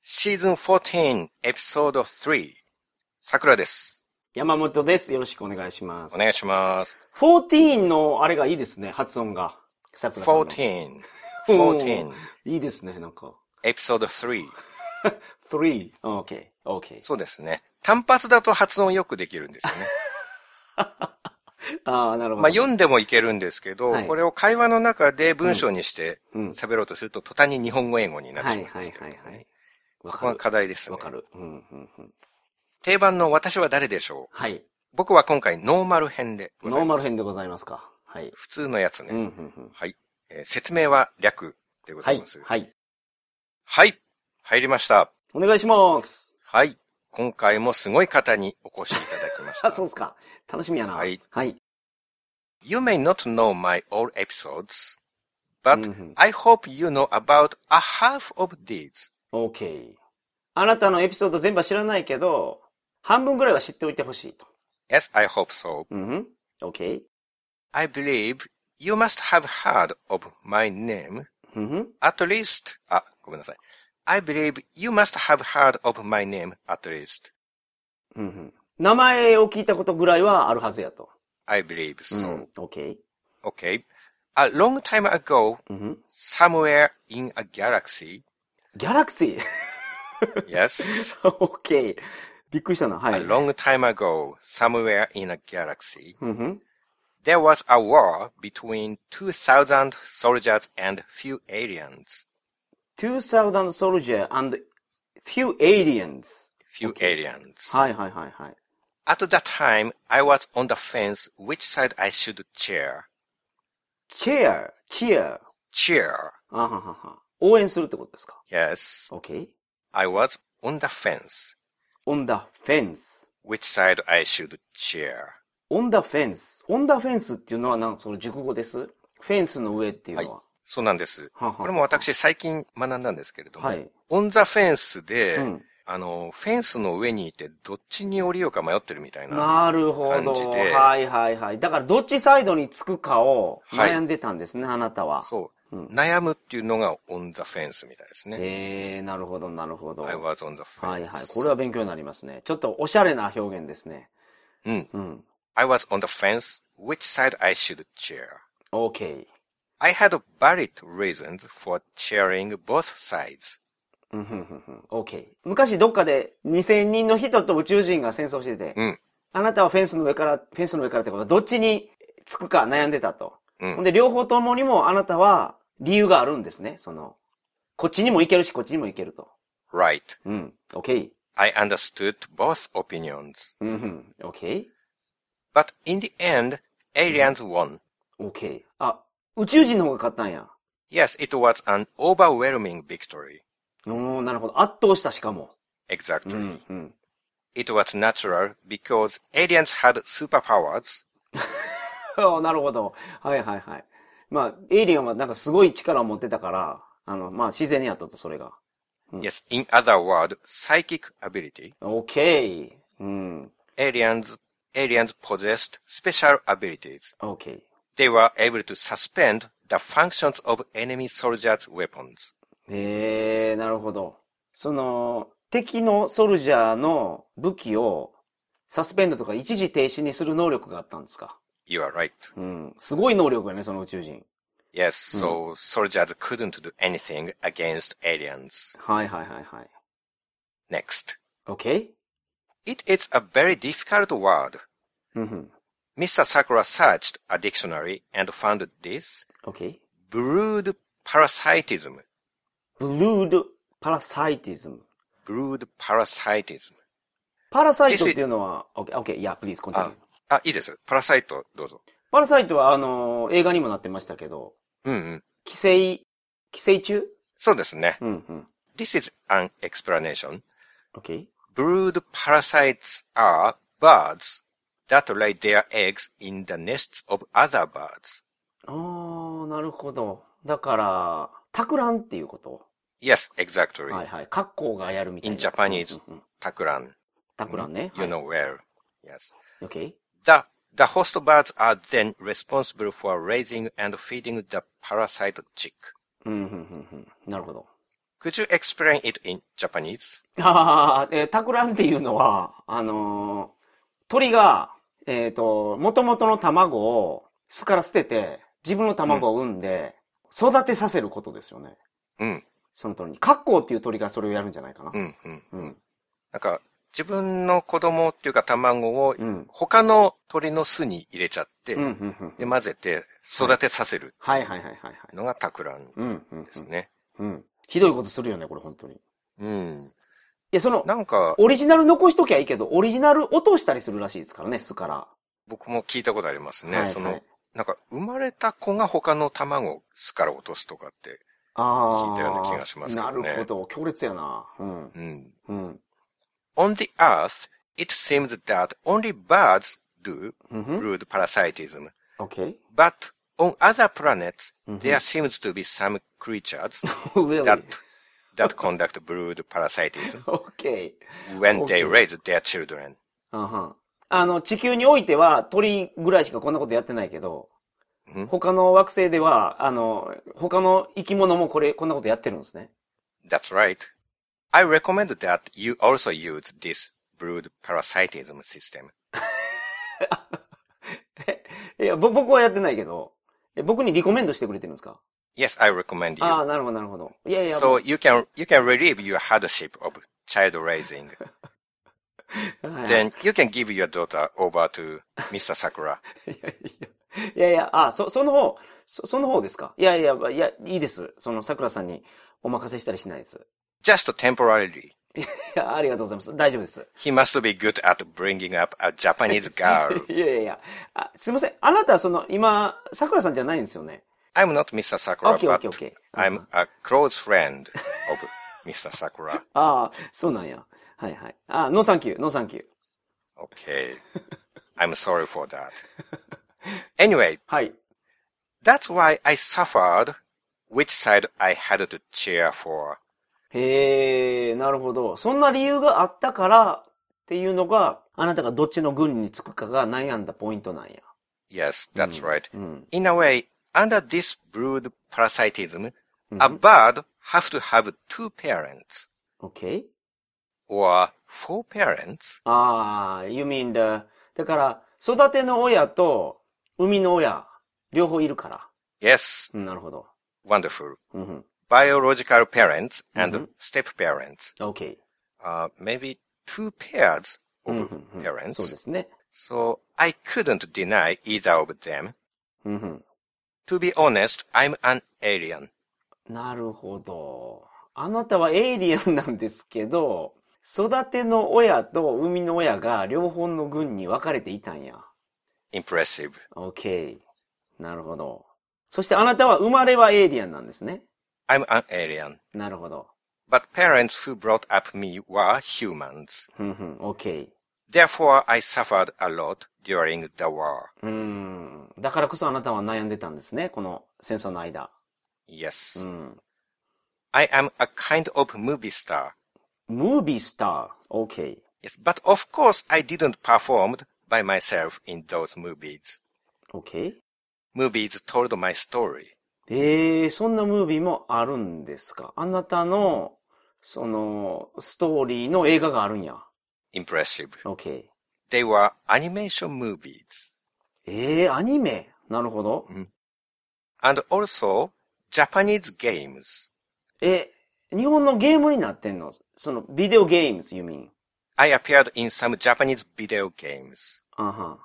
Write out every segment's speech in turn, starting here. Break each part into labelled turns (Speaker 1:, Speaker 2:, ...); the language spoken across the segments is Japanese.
Speaker 1: シーズン14エピソード3。桜です。
Speaker 2: 山本です。よろしくお願いします。
Speaker 1: お願いします。
Speaker 2: 14のあれがいいですね、発音が。桜さんの。
Speaker 1: 14。
Speaker 2: うん
Speaker 1: 14。
Speaker 2: いいですね、なんか。
Speaker 1: エピソード3。
Speaker 2: 3。OK。OK。
Speaker 1: そうですね。単発だと発音よくできるんです よね。
Speaker 2: ああ、なるほど。
Speaker 1: まあ読んでもいけるんですけど、
Speaker 2: はい
Speaker 1: これを会話の中で文章にして
Speaker 2: うん
Speaker 1: 喋ろうとすると途端に日本語英語になって
Speaker 2: は
Speaker 1: し
Speaker 2: い
Speaker 1: まうん
Speaker 2: は
Speaker 1: で
Speaker 2: い
Speaker 1: すけど
Speaker 2: はいは
Speaker 1: ね
Speaker 2: い。。
Speaker 1: そ
Speaker 2: わ
Speaker 1: こ
Speaker 2: か
Speaker 1: が
Speaker 2: る。
Speaker 1: 課題ですね
Speaker 2: わ。かる。うんうんうん。
Speaker 1: 定番の私は誰でしょう
Speaker 2: はい。
Speaker 1: 僕は今回ノーマル編でございます。
Speaker 2: ノーマル編でございますか。はい。
Speaker 1: 普通のやつね。
Speaker 2: うんうんうん。
Speaker 1: はい、えー説明は略でござ
Speaker 2: はいい
Speaker 1: ます。。はい。
Speaker 2: はい。
Speaker 1: 入りました。
Speaker 2: お願いします。
Speaker 1: はい。今回もすごい方にお越しいただきまし
Speaker 2: あ、
Speaker 1: た。
Speaker 2: そうですか。楽しみやな。
Speaker 1: はい。
Speaker 2: はい。
Speaker 1: you may not know my all episodes,
Speaker 2: うんう
Speaker 1: but
Speaker 2: ん
Speaker 1: I hope you know about a half of these.
Speaker 2: OK。あなたのエピソード全部は知らないけど、半分ぐらいは知っておいてほしいと。
Speaker 1: Yes, I hope so.
Speaker 2: うんうん。OK。
Speaker 1: I believe you must have heard of my name
Speaker 2: うんうん。
Speaker 1: at least, あ、ごめんなさい。I believe you must have heard of my name at least.
Speaker 2: うんうん名前を聞いたことぐらいはあるはずやと。
Speaker 1: I believe so.、
Speaker 2: ん。OK。
Speaker 1: Okay. A long time ago,
Speaker 2: うんうん
Speaker 1: somewhere in a galaxy,
Speaker 2: ギャラクシー
Speaker 1: yes,
Speaker 2: ?OK。びっくりしたな。は
Speaker 1: a
Speaker 2: い。
Speaker 1: long time ago, somewhere in a galaxy,
Speaker 2: うんうん
Speaker 1: there was a war between 2,000 soldiers and few aliens.
Speaker 2: 2000 soldier and few aliens.
Speaker 1: Few aliens.
Speaker 2: はいはいはいはい。
Speaker 1: At that time, I was on the fence which side I should cheer.
Speaker 2: cheer, cheer.
Speaker 1: Cheer.
Speaker 2: あははは。応援するってことですか
Speaker 1: Yes,
Speaker 2: ?OK。
Speaker 1: I was on the fence
Speaker 2: on the fence.
Speaker 1: which side I should cheer.
Speaker 2: on the fence. on the fence っていうのはなんかその熟語ですフェンスの上っていうのは。
Speaker 1: そうなんです。
Speaker 2: はは
Speaker 1: これも私最近学んだんですけれども、
Speaker 2: はい
Speaker 1: オンザフェンスで、
Speaker 2: うん
Speaker 1: あの、フェンスの上にいてどっちに降りようか迷ってるみたいな。
Speaker 2: なるほ
Speaker 1: 感
Speaker 2: ど。
Speaker 1: じで
Speaker 2: はいはいはい。だからどっちサイドにつくかを
Speaker 1: はい
Speaker 2: 悩んでたんですね、あなたは。
Speaker 1: そう、悩むっていうのがオンザフェンスみたいですね。
Speaker 2: えー、なるほどなるほど。
Speaker 1: I was on the
Speaker 2: は
Speaker 1: fence.
Speaker 2: いはい。これは勉強になりますね。ちょっとおしゃれな表現ですね。
Speaker 1: うん。
Speaker 2: うん。
Speaker 1: I was on the fence which side I should cheer.
Speaker 2: OK。
Speaker 1: I had varied reasons for cheering both sides.
Speaker 2: うんふんふんふん OK。昔どっかで2000人の人と宇宙人が戦争してて、
Speaker 1: うん
Speaker 2: あなたはフェンスの上から、フェンスの上からってことはどっちにつくか悩んでたと。
Speaker 1: うん
Speaker 2: ほんで両方ともにもあなたは理由があるんですね。その、こっちにも行けるし、こっちにも行けると。
Speaker 1: Right.
Speaker 2: うん。OK。
Speaker 1: I understood both opinions.
Speaker 2: うんうん。OK。
Speaker 1: But in the end,
Speaker 2: Mm-hmm.
Speaker 1: aliens won.
Speaker 2: OK。あ、宇宙人の方が勝ったんや。
Speaker 1: Yes, it was an overwhelming victory.
Speaker 2: おー、なるほど。圧倒したしかも。
Speaker 1: Exactly.
Speaker 2: うん。
Speaker 1: It was natural because aliens had superpowers.
Speaker 2: あーなるほど。はいはいはい。まあ、エイリアンはなんかすごい力を持ってたから、あの、まあ自然にやったと、それが。
Speaker 1: Yes, in other word, psychic ability.
Speaker 2: OK。うん。
Speaker 1: Aliens, aliens possessed special abilities.
Speaker 2: OK。
Speaker 1: They were able to suspend the functions of enemy soldiers' weapons.
Speaker 2: へえー、なるほど。その、敵のソルジャーの武器をサスペンドとか一時停止にする能力があったんですか
Speaker 1: You are right.
Speaker 2: うん。すごい能力やね、その宇宙人。
Speaker 1: Yes, so soldiers couldn't do anything against aliens.
Speaker 2: はいはいはいはい。
Speaker 1: Next.
Speaker 2: OK?
Speaker 1: It is a very difficult word.
Speaker 2: うんうん。
Speaker 1: Mr. Sakura searched a dictionary and found this
Speaker 2: OK?
Speaker 1: brood parasitism.
Speaker 2: ブルードパラサイティズム。
Speaker 1: brood parasitism.
Speaker 2: パラサイトっていうのは、OK、OK、いや、please continue.
Speaker 1: あ、あ、Ah. いいです。パラサイト、どうぞ。
Speaker 2: パラサイトは、あのー映画にもなってましたけど、
Speaker 1: うんうん。
Speaker 2: 寄生、寄生虫
Speaker 1: そうですね。
Speaker 2: うんうん。
Speaker 1: This is an explanation.
Speaker 2: OK?
Speaker 1: Brood parasites are birds that lay their eggs in the nests of other birds.
Speaker 2: あー、なるほど。だから、托卵っていうこと。
Speaker 1: Yes, exactly.
Speaker 2: はいはい。格好がやるみたい
Speaker 1: In
Speaker 2: な。
Speaker 1: Japanese,
Speaker 2: うんうん。
Speaker 1: takuran.
Speaker 2: 托卵ね。
Speaker 1: You know well. Yes.
Speaker 2: はい OK?
Speaker 1: The, the host birds are then responsible for raising and feeding the parasite chick.
Speaker 2: うんうんうんうん。なるほど。
Speaker 1: Could you explain it in Japanese?
Speaker 2: ああ、えー、タクランっていうのは、あのー鳥が、えっ、と、元々の卵を巣から捨てて、自分の卵を産んで、育てさせることですよね。
Speaker 1: うん、
Speaker 2: その鳥に。カッコウっていう鳥がそれをやるんじゃないかな
Speaker 1: う。ん、うん。
Speaker 2: うん。
Speaker 1: なんか、自分の子供っていうか卵を
Speaker 2: うん。うん。
Speaker 1: 他の鳥の巣に入れちゃって、
Speaker 2: うん。うん。
Speaker 1: で、混ぜて育てさせる
Speaker 2: はいはいはいはいはい。
Speaker 1: のがタクラン
Speaker 2: うん。うん。
Speaker 1: ですね。
Speaker 2: うん。ひどいことするよね、これ本当に。い
Speaker 1: うん。
Speaker 2: や、その、
Speaker 1: なんか、
Speaker 2: オリジナル残しときゃいいけど、オリジナル落としたりするらしいですからね、巣から。
Speaker 1: 僕も聞いたことありますね。
Speaker 2: はい
Speaker 1: そ
Speaker 2: は
Speaker 1: の
Speaker 2: い、
Speaker 1: なんか、生まれた子が他の卵を巣から落とすとかって、
Speaker 2: ああ。
Speaker 1: 聞いたような気がしますけどね
Speaker 2: なるほど。強烈やな。うん。
Speaker 1: うん。
Speaker 2: うん。
Speaker 1: On the earth, it seems that only birds do
Speaker 2: うんふん。
Speaker 1: brood parasitism,
Speaker 2: OK?
Speaker 1: but on other planets,
Speaker 2: うん
Speaker 1: there seems to be some creatures
Speaker 2: 上
Speaker 1: that that conduct brood parasitism
Speaker 2: OK。
Speaker 1: when they
Speaker 2: Okay.
Speaker 1: raise their children.
Speaker 2: あはあの、地球においては鳥ぐらいしかこんなことやってないけど
Speaker 1: うん、
Speaker 2: 他の惑星では、あの、他の生き物もこれ、こんなことやってるんですね。
Speaker 1: That's right. I recommend that you also use this brood parasitism system.
Speaker 2: いや、ぼ僕はやってないけど、え僕にリコメンドしてくれてるんですか
Speaker 1: Yes, I recommend you.
Speaker 2: ああ、なるほど、なるほど。いやいや、
Speaker 1: so you can you can relieve your hardship of child raising.
Speaker 2: はい
Speaker 1: then you can give your daughter over to Mr. Sakura.
Speaker 2: いやいや、いやいや、あ、そ、その方、そ、その方ですかいやいや、いや、いいです。その、桜さんにお任せしたりしないです。
Speaker 1: Just temporarily.
Speaker 2: いや、ありがとうございます。大丈夫です。
Speaker 1: He must be good at bringing up a Japanese girl.
Speaker 2: いやいやいや、あ、すいません。あなた、その、今、桜さんじゃないんですよね。
Speaker 1: I'm not Mr. Sakura,
Speaker 2: Okay,
Speaker 1: but
Speaker 2: okay, okay. Uh-huh.
Speaker 1: I'm a close friend of Mr. Sakura.
Speaker 2: ああ、そうなんや。はいはい。あ、ノーサンキュー、ノーサンキュー。
Speaker 1: Okay. I'm sorry for that. Anyway,
Speaker 2: はい。
Speaker 1: that's why I suffered which side I had to cheer for.
Speaker 2: へえ、なるほど。そんな理由があったからっていうのが、あなたがどっちの軍につくかが悩んだポイントなんや。
Speaker 1: Yes, that's right.
Speaker 2: うん。
Speaker 1: In a way, under this brood parasitism, a bird have to have two parents
Speaker 2: OK?
Speaker 1: or four parents.
Speaker 2: ああ、you mean the, だから、育ての親と、生みの親、両方いるから。
Speaker 1: Yes,
Speaker 2: うん、なるほど。
Speaker 1: wonderful.
Speaker 2: うんうん、
Speaker 1: Biological parents and step parents.
Speaker 2: OK。
Speaker 1: Uh, maybe two pairs
Speaker 2: うん
Speaker 1: of
Speaker 2: うんうんそう
Speaker 1: parents.
Speaker 2: ですね。
Speaker 1: So I couldn't deny either of them.
Speaker 2: うんうん、
Speaker 1: To be honest, I'm an alien.
Speaker 2: なるほど。あなたはエイリアンなんですけど、育ての親と生みの親が両方の軍に分かれていたんや。
Speaker 1: Impressive.
Speaker 2: OK。なるほど。そしてあなたは生まれはエイリアンなんですね。
Speaker 1: I'm an alien.
Speaker 2: なるほど。
Speaker 1: But parents who brought up me were humans.
Speaker 2: うんうん、OK。
Speaker 1: Therefore, I suffered a lot during the war.
Speaker 2: うーん。だからこそあなたは悩んでたんですね。この戦争の間。
Speaker 1: Yes.
Speaker 2: うん。
Speaker 1: I am a kind of movie star.
Speaker 2: ムービースター。OK。
Speaker 1: Yes, but of course I didn't perform by myself in those movies.
Speaker 2: OK?
Speaker 1: Movies told my story.
Speaker 2: えー、そんなムービーもあるんですかあなたの、その、ストーリーの映画があるんや。
Speaker 1: Impressive.
Speaker 2: OK。
Speaker 1: They were animation movies.
Speaker 2: えー、アニメ。なるほど。
Speaker 1: And also Japanese games.
Speaker 2: え、日本のゲームになってんのその、ビデオゲームズ、you mean?
Speaker 1: I appeared in some Japanese video games.
Speaker 2: あはん。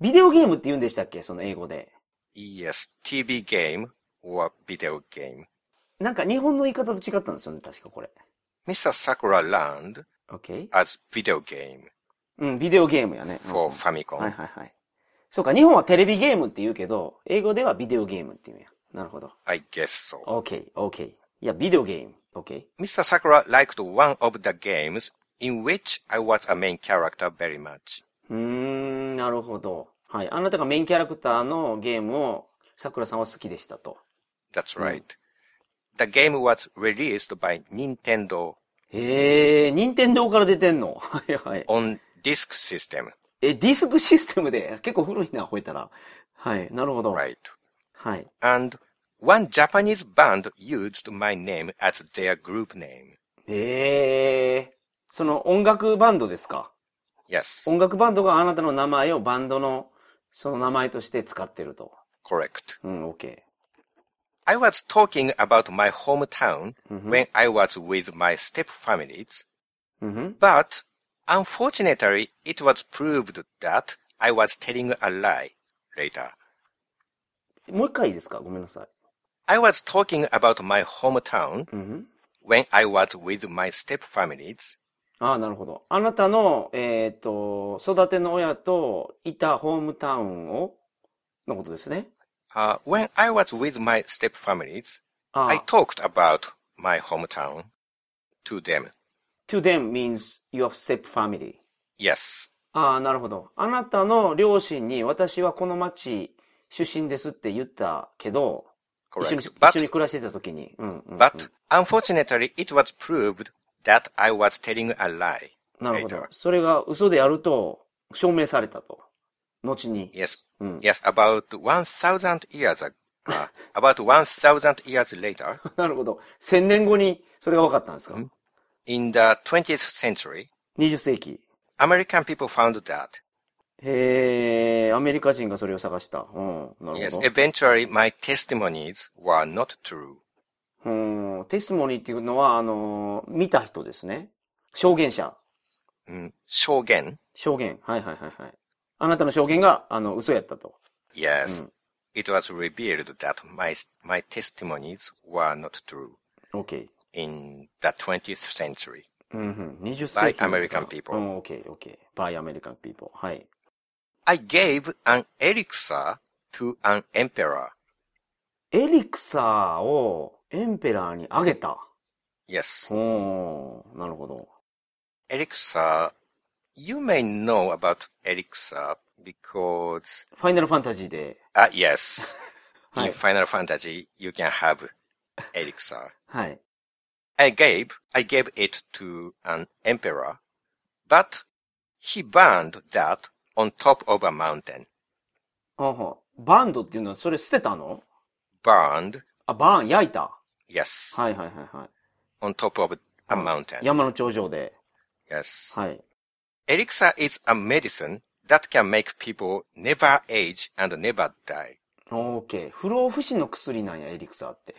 Speaker 2: ビデオゲームって言うんでしたっけその英語で。
Speaker 1: Yes, TV game or video game.
Speaker 2: なんか日本の言い方と違ったんですよね、確かこれ。
Speaker 1: Mr. Sakura learned
Speaker 2: OK?
Speaker 1: as video game
Speaker 2: うん、ビデオゲームやね。
Speaker 1: for
Speaker 2: はい
Speaker 1: Famicom.
Speaker 2: はいはい。そうか、日本はテレビゲームって言うけど、英語ではビデオゲームって言うんや。なるほど。
Speaker 1: I guess so.
Speaker 2: OK, OK. いや、ビデオゲーム。OK。
Speaker 1: Mr. Sakura liked one of the games in which I was a main character very much.
Speaker 2: うーん、なるほど。はい。あなたがメインキャラクターのゲームを、桜さんは好きでしたと。
Speaker 1: That's right. The game was released by Nintendo
Speaker 2: へえ、任天堂から出てんの。 はいはい。
Speaker 1: on disk system.
Speaker 2: え、ディスク システムで、結構古いな、吠えたら。はい、なるほど。
Speaker 1: Right.
Speaker 2: はい。
Speaker 1: And One Japanese band used my name as their group name.
Speaker 2: ええその音楽バンドですか
Speaker 1: Yes,
Speaker 2: 音楽バンドがあなたの名前をバンドのその名前として使ってると。
Speaker 1: correct.
Speaker 2: うん、OK。
Speaker 1: I was talking about my hometown when I was with my step families,
Speaker 2: うんふん
Speaker 1: but unfortunately it was proved that I was telling a lie later.
Speaker 2: もう一回いいですかごめんなさい。
Speaker 1: I was talking about my hometown
Speaker 2: うんふん
Speaker 1: when I was with my step families,
Speaker 2: ああ、なるほど。あなたの、えっと、育ての親といたホームタウンを、のことですね。
Speaker 1: Uh, when I was with my step families,
Speaker 2: あ
Speaker 1: I
Speaker 2: あ、
Speaker 1: talked about my hometown to them.
Speaker 2: to them means your step family.
Speaker 1: Yes.
Speaker 2: ああ、なるほど。あなたの両親に私はこの町出身ですって言ったけど、一緒
Speaker 1: Correct.
Speaker 2: に、一緒
Speaker 1: But,
Speaker 2: に暮らしてた時に。うん、うん。
Speaker 1: but unfortunately, it was proved that I was telling a lie.
Speaker 2: なるほど
Speaker 1: later.。
Speaker 2: それが嘘であると証明されたと。後に。
Speaker 1: Yes.
Speaker 2: うん。
Speaker 1: Yes. About 1,000 years ago. Uh, about 1,000 years later,
Speaker 2: なるほど。千年後にそれが分かったんですか
Speaker 1: in the 20th century,
Speaker 2: ?20 世紀。
Speaker 1: American people found that.
Speaker 2: へえ、アメリカ人がそれを探した。うん。なる
Speaker 1: Yes.
Speaker 2: ほど。
Speaker 1: Eventually, my testimonies were not true.
Speaker 2: うん。テスモニーっていうのは、あのー、見た人ですね。証言者。
Speaker 1: Mm, 証言
Speaker 2: 証言。はいはいはいはい。あなたの証言が、あの、嘘やったと。
Speaker 1: Yes. It was revealed that my, my testimonies were not true
Speaker 2: OK。
Speaker 1: in the 20th century.
Speaker 2: うんうん。20
Speaker 1: By
Speaker 2: 世紀のことだ。
Speaker 1: American people.
Speaker 2: うん OK、OK。by American people. はい。
Speaker 1: I gave an elixir to an emperor.
Speaker 2: エリクサーをエンペラーにあげた。
Speaker 1: Yes.
Speaker 2: おー、なるほど。
Speaker 1: Elixir. You may know about elixir because,
Speaker 2: ファイナルファンタジーで。
Speaker 1: ah, yes.
Speaker 2: は
Speaker 1: In
Speaker 2: い。
Speaker 1: Final Fantasy, you can have elixir.
Speaker 2: はい。
Speaker 1: I gave, I gave it to an emperor, but he burned that on top of a mountain.
Speaker 2: あはバンドっていうのは、それ捨てたの
Speaker 1: Burned,
Speaker 2: あ、バーン、焼いた。
Speaker 1: yes.
Speaker 2: はいはいはいは
Speaker 1: on top of a mountain.
Speaker 2: い。山の頂上で。
Speaker 1: Yes.
Speaker 2: はい。
Speaker 1: Elixir is a medicine that can make people never age and never die.
Speaker 2: オーケー。不老不死の薬なんや、エリクサーって。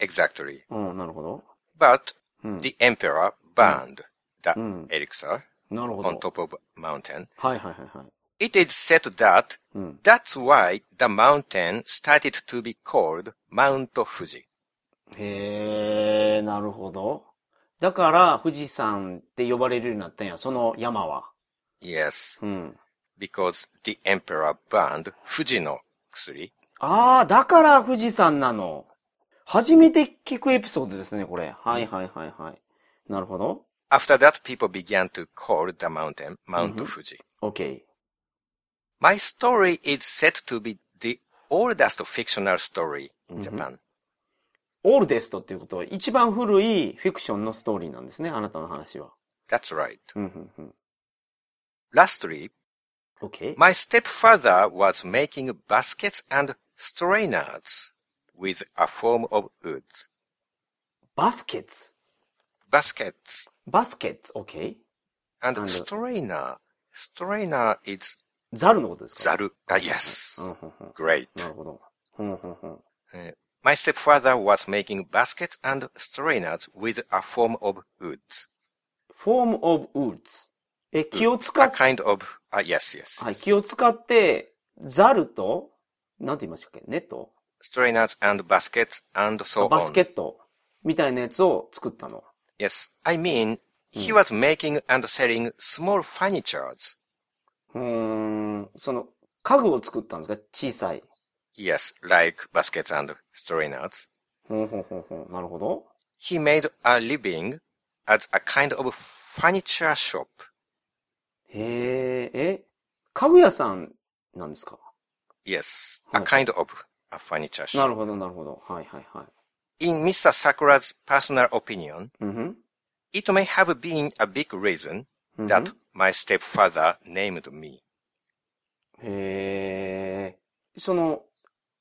Speaker 1: Exactly.
Speaker 2: うん、なるほど。
Speaker 1: But
Speaker 2: うん。
Speaker 1: the emperor burned the
Speaker 2: Mm.
Speaker 1: elixir
Speaker 2: なるほ
Speaker 1: uh, on
Speaker 2: ど。
Speaker 1: top of a mountain.
Speaker 2: はいはいはいはい。
Speaker 1: It is said that
Speaker 2: うん。
Speaker 1: that's why the mountain started to be called Mount Fuji.
Speaker 2: へえ、なるほど。だから、富士山って呼ばれるようになったんや、その山は。
Speaker 1: Yes,
Speaker 2: うん。
Speaker 1: because the emperor burned Fuji no kusuri.
Speaker 2: ああ、だから富士山なの。初めて聞くエピソードですね、これ。はいはいはいはい。なるほど。
Speaker 1: After that, people began to call the mountain Mount Fuji.
Speaker 2: OK。
Speaker 1: My story is said to be the oldest fictional story in Japan.
Speaker 2: オールデストっていうことは、一番古いフィクションのストーリーなんですね、あなたの話は。
Speaker 1: That's right.
Speaker 2: うんうんうん。
Speaker 1: Lastly,
Speaker 2: OK。
Speaker 1: my stepfather was making baskets and strainers with a form of wood.
Speaker 2: バスケツ。
Speaker 1: Baskets
Speaker 2: バスケツ。OK。
Speaker 1: and,
Speaker 2: And-
Speaker 1: strainer. Strainer is
Speaker 2: ザルのことですか
Speaker 1: zaru. Ah, yes.
Speaker 2: うんうんうん。
Speaker 1: Great.
Speaker 2: なるほど。うんうんうん。
Speaker 1: Uh, my stepfather was making baskets and strainers with a form of wood.
Speaker 2: form of woods。え、木を使
Speaker 1: A
Speaker 2: っ
Speaker 1: kind of, ah, yes, yes.
Speaker 2: はい、気を使って、ザルと、なんて言いましたっけネット
Speaker 1: strainers and baskets and so
Speaker 2: バス
Speaker 1: on.
Speaker 2: ケットみたいなやつを作ったの。
Speaker 1: Yes, I mean, he was making and selling small furnitures.
Speaker 2: うーん、その、家具を作ったんですか小さい。
Speaker 1: Yes, like baskets and strainers.
Speaker 2: ほんほんほんほん。なるほど。
Speaker 1: He made a living as a kind of furniture shop.
Speaker 2: へえ、え、家具屋さんなんですか
Speaker 1: Yes, a kind of a furniture
Speaker 2: な
Speaker 1: shop.
Speaker 2: るほど、なるほど。はいはいはい。
Speaker 1: In Mr. Sakura's personal opinion,
Speaker 2: うんふん。
Speaker 1: it may have been a big reason that my stepfather named me.
Speaker 2: へえ、その、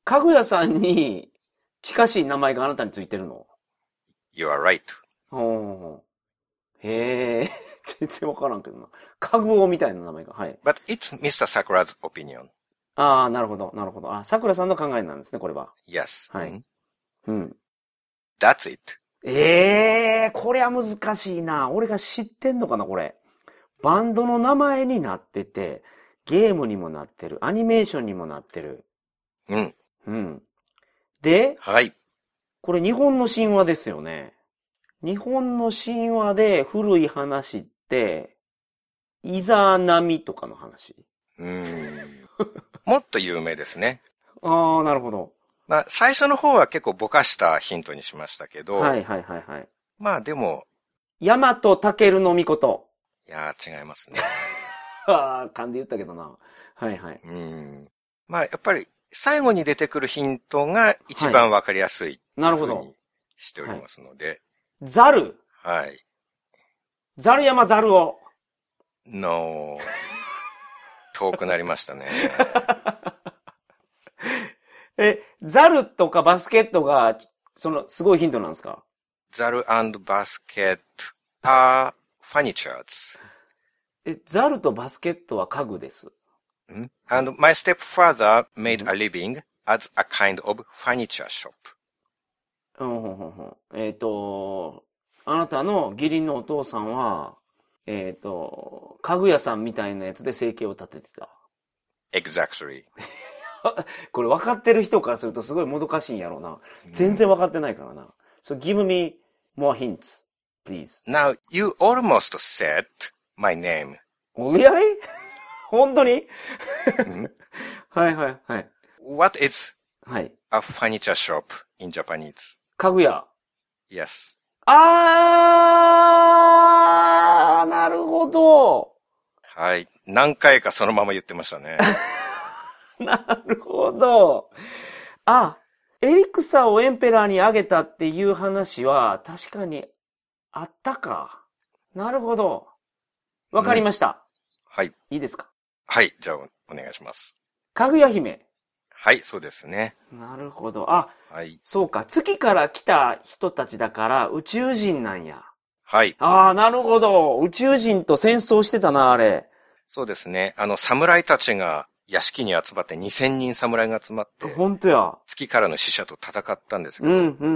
Speaker 2: 家具屋さんに近しい名前があなたについてるの
Speaker 1: You are right.
Speaker 2: おーへえ、全然わからんけどな。カグオみたいな名前が。はい。
Speaker 1: But it's Mr. Sakura's opinion.
Speaker 2: ああ、なるほど、なるほど。あ、桜さんの考えなんですね、これは。
Speaker 1: Yes.
Speaker 2: はい。
Speaker 1: Mhm.
Speaker 2: うん。
Speaker 1: That's it.
Speaker 2: ええー、これは難しいな。俺が知ってんのかな、これ。バンドの名前になってて、ゲームにもなってる、アニメーションにもなってる。
Speaker 1: うん。
Speaker 2: うん。で、
Speaker 1: はい。
Speaker 2: これ日本の神話ですよね。日本の神話で古い話って、イザナミとかの話。
Speaker 1: うー ん。もっと有名ですね。
Speaker 2: ああ、なるほど。
Speaker 1: まあ、最初の方は結構ぼかしたヒントにしましたけど、
Speaker 2: はいはいはいはい。
Speaker 1: まあでも、
Speaker 2: ヤマトタケルの御事。
Speaker 1: いやー、違いますね。
Speaker 2: ああ、勘で言ったけどな。はいはい。
Speaker 1: うん。まあ、やっぱり、最後に出てくるヒントが一番わかりやすい
Speaker 2: なる
Speaker 1: ふ
Speaker 2: ほ
Speaker 1: う
Speaker 2: ど
Speaker 1: に。しておりますので、
Speaker 2: ザル。
Speaker 1: はい。
Speaker 2: ザル山ザルを。
Speaker 1: no. 遠くなりましたね。
Speaker 2: え、ザルとかバスケットが、その、すごいヒントなんですか
Speaker 1: Zaru and basket are furnitures.
Speaker 2: え、ザルとバスケットは家具です。
Speaker 1: Mm. And my stepfather made a living as a kind of furniture shop.
Speaker 2: うん、ほんほんほん。えっ、と、あなたの義理のお父さんは、えっ、と、家具屋さんみたいなやつで生計を立ててた。
Speaker 1: Exactly.
Speaker 2: これ分かってる人からするとすごいもどかしいんやろうな。全然分かってないからな。So give me more hints, please.
Speaker 1: Now, you almost said my name.
Speaker 2: お見合い本当にはいはいはい。
Speaker 1: What is
Speaker 2: はい。
Speaker 1: a furniture shop in Japanese?
Speaker 2: 家具屋。
Speaker 1: Yes.
Speaker 2: あー、なるほど。
Speaker 1: はい。何回かそのまま言ってました ね。
Speaker 2: なるほど。あ、エリクサをエンペラーにあげたっていう話は確かにあったか。なるほど。わかりました。
Speaker 1: はい。
Speaker 2: いいですか
Speaker 1: はい。じゃあ、お願いします。
Speaker 2: かぐや姫。
Speaker 1: はい、そうですね。
Speaker 2: なるほど。あ、
Speaker 1: はい。
Speaker 2: そうか。月から来た人たちだから宇宙人なんや。
Speaker 1: はい。
Speaker 2: ああ、なるほど。宇宙人と戦争してたな、あれ。
Speaker 1: そうですね。あの、侍たちが屋敷に集まって、2000人侍が集まって、
Speaker 2: ほんとや。
Speaker 1: 月からの死者と戦ったんですけ
Speaker 2: う
Speaker 1: ど、
Speaker 2: ん、うん、うん、う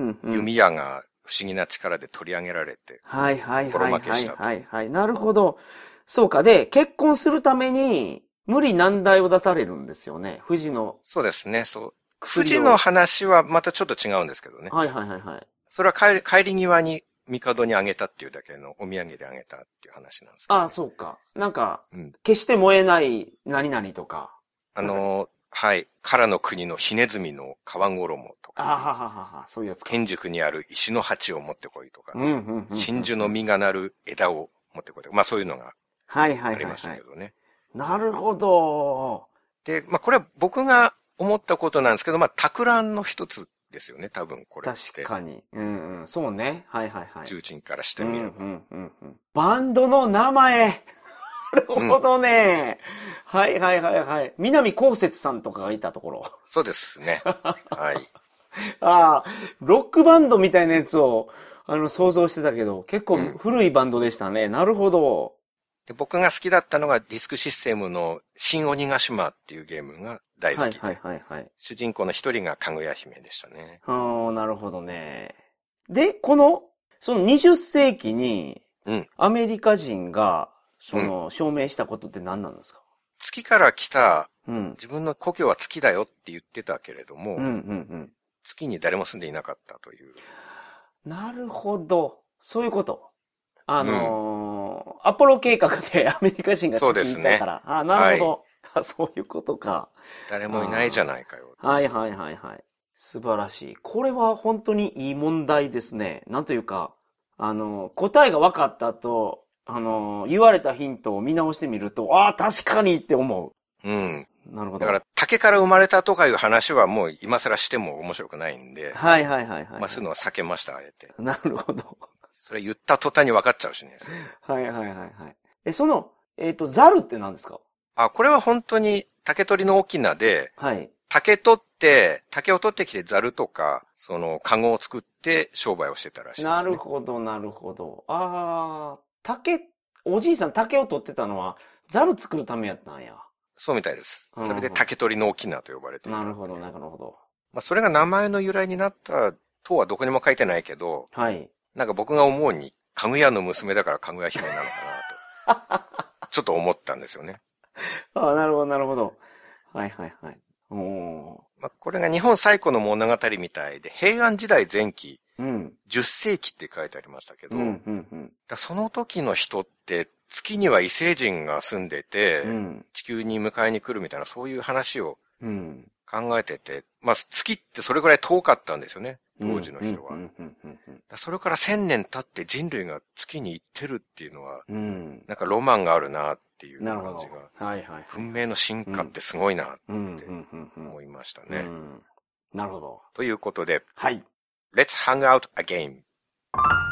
Speaker 2: ん。うん
Speaker 1: 弓矢が不思議な力で取り上げられて、
Speaker 2: はいはい
Speaker 1: ボロ
Speaker 2: はい
Speaker 1: 負け
Speaker 2: は
Speaker 1: し
Speaker 2: い
Speaker 1: たと
Speaker 2: はいはい。なるほど。そうか。で、結婚するために無理難題を出されるんですよね。富士の。
Speaker 1: そうですね、そう。
Speaker 2: 薬を
Speaker 1: 富士の話はまたちょっと違うんですけどね。
Speaker 2: はいはいはいはい。
Speaker 1: それは帰り帰り際に帝にあげたっていうだけのお土産であげたっていう話なんですけど、
Speaker 2: ああ、そうか。なんか、
Speaker 1: うん
Speaker 2: 決して燃えない何々とか。
Speaker 1: あの、はい。からの国のひねずみの川衣と
Speaker 2: あはは
Speaker 1: か、
Speaker 2: はは、そういうやつか。
Speaker 1: 天竺にある石の鉢を持ってこいとか、
Speaker 2: うんうんうん。
Speaker 1: 真珠の実がなる枝を持ってこいとか、まあそういうのが
Speaker 2: はいはい
Speaker 1: あ
Speaker 2: はい
Speaker 1: り
Speaker 2: は
Speaker 1: ましたけ
Speaker 2: い。
Speaker 1: どね。
Speaker 2: なるほど。
Speaker 1: で、まあこれは僕が思ったことなんですけど、まあ托卵の一つですよね、多分これって。
Speaker 2: 確かに。うんうん。そうね。はいはいはい。
Speaker 1: 重鎮からして
Speaker 2: う
Speaker 1: み
Speaker 2: ん
Speaker 1: れば。
Speaker 2: うんうんうんバンドの名前。 なるほどね。はいはいはいはい。南こうせつさんとかがいたところ。
Speaker 1: そうですね。はい。
Speaker 2: ああ、ロックバンドみたいなやつを、あの、想像してたけど、結構
Speaker 1: うん
Speaker 2: 古いバンドでしたね。なるほど。
Speaker 1: で僕が好きだったのがディスクシステムの新鬼ヶ島っていうゲームが大好
Speaker 2: は
Speaker 1: き
Speaker 2: い
Speaker 1: で、
Speaker 2: はいはいはい。
Speaker 1: 主人公の一人がかぐや姫でしたね。
Speaker 2: あーなるほどね。で、この、その20世紀に
Speaker 1: うん、
Speaker 2: アメリカ人が、その、証明したことって何なんですか
Speaker 1: 月から来た
Speaker 2: うん。
Speaker 1: 自分の故郷は月だよって言ってたけれども、
Speaker 2: うんうんうん。
Speaker 1: 月に誰も住んでいなかったという。
Speaker 2: なるほど。そういうこと。あのーアポロ計画で アメリカ人が
Speaker 1: そう
Speaker 2: 月
Speaker 1: です
Speaker 2: に行っ
Speaker 1: ね
Speaker 2: たから。あ、なるほど。あ、 そういうことか。
Speaker 1: 誰もいないじゃないかよ。
Speaker 2: はいはいはいはい。素晴らしい。これは本当にいい問題ですね。なんというか、あの、答えが分かった後、あの、言われたヒントを見直してみると、ああ、確かにって思
Speaker 1: うん。
Speaker 2: う。なるほ
Speaker 1: だ
Speaker 2: ど。
Speaker 1: から竹から生まれたとかいう話はもう今更しても面白くないんで、
Speaker 2: はいはいはいはい。
Speaker 1: まあそういうのは避けました、あえて。
Speaker 2: なるほど。
Speaker 1: それ言った途端に分かっちゃうしね。それ
Speaker 2: はいはいはいはい。え、その、えっ、と、ザルって何ですか
Speaker 1: あ、これは本当に竹取の翁で、
Speaker 2: はい。
Speaker 1: 竹取って、竹を取ってきてザルとか、その、カゴを作って商売をしてたらしいです、ね。
Speaker 2: なるほど、なるほど。ああ、竹、おじいさん竹を取ってたのは、ザル作るためやったんや。
Speaker 1: そうみたいです。
Speaker 2: うん
Speaker 1: それで竹取りの沖縄と呼ばれていた。
Speaker 2: なるほど、なるほど。
Speaker 1: まあ、それが名前の由来になったとはどこにも書いてないけど、
Speaker 2: はい。
Speaker 1: なんか僕が思うに、かぐやの娘だからかぐや姫なのかなと。ちょっと思ったんですよね。
Speaker 2: ああ、なるほど、なるほど。はいはいはい。おお
Speaker 1: まあ、これが日本最古の物語みたいで、平安時代前期、
Speaker 2: ー。うん。
Speaker 1: 10世紀って書いてありましたけど、
Speaker 2: うん、うん、うん。
Speaker 1: だその時の人って、月には異星人が住んでて、
Speaker 2: うん。
Speaker 1: 地球に迎えに来るみたいな、そういう話を
Speaker 2: うん。
Speaker 1: 考えてて、まあ、月ってそれぐらい遠かったんですよね、当時の人は。
Speaker 2: うん、うん、うんうん
Speaker 1: だそれから千年経って人類が月に行ってるっていうのは、
Speaker 2: うん。
Speaker 1: なんかロマンがあるなっていう
Speaker 2: うん。なるほ
Speaker 1: 感
Speaker 2: ど
Speaker 1: じが。。
Speaker 2: はいはい。
Speaker 1: 文明の進化ってすごいな
Speaker 2: うん、うん、うん。うん
Speaker 1: 思いましたね。
Speaker 2: うん。なるほど。
Speaker 1: ということで、
Speaker 2: はい。
Speaker 1: Let's hang out again!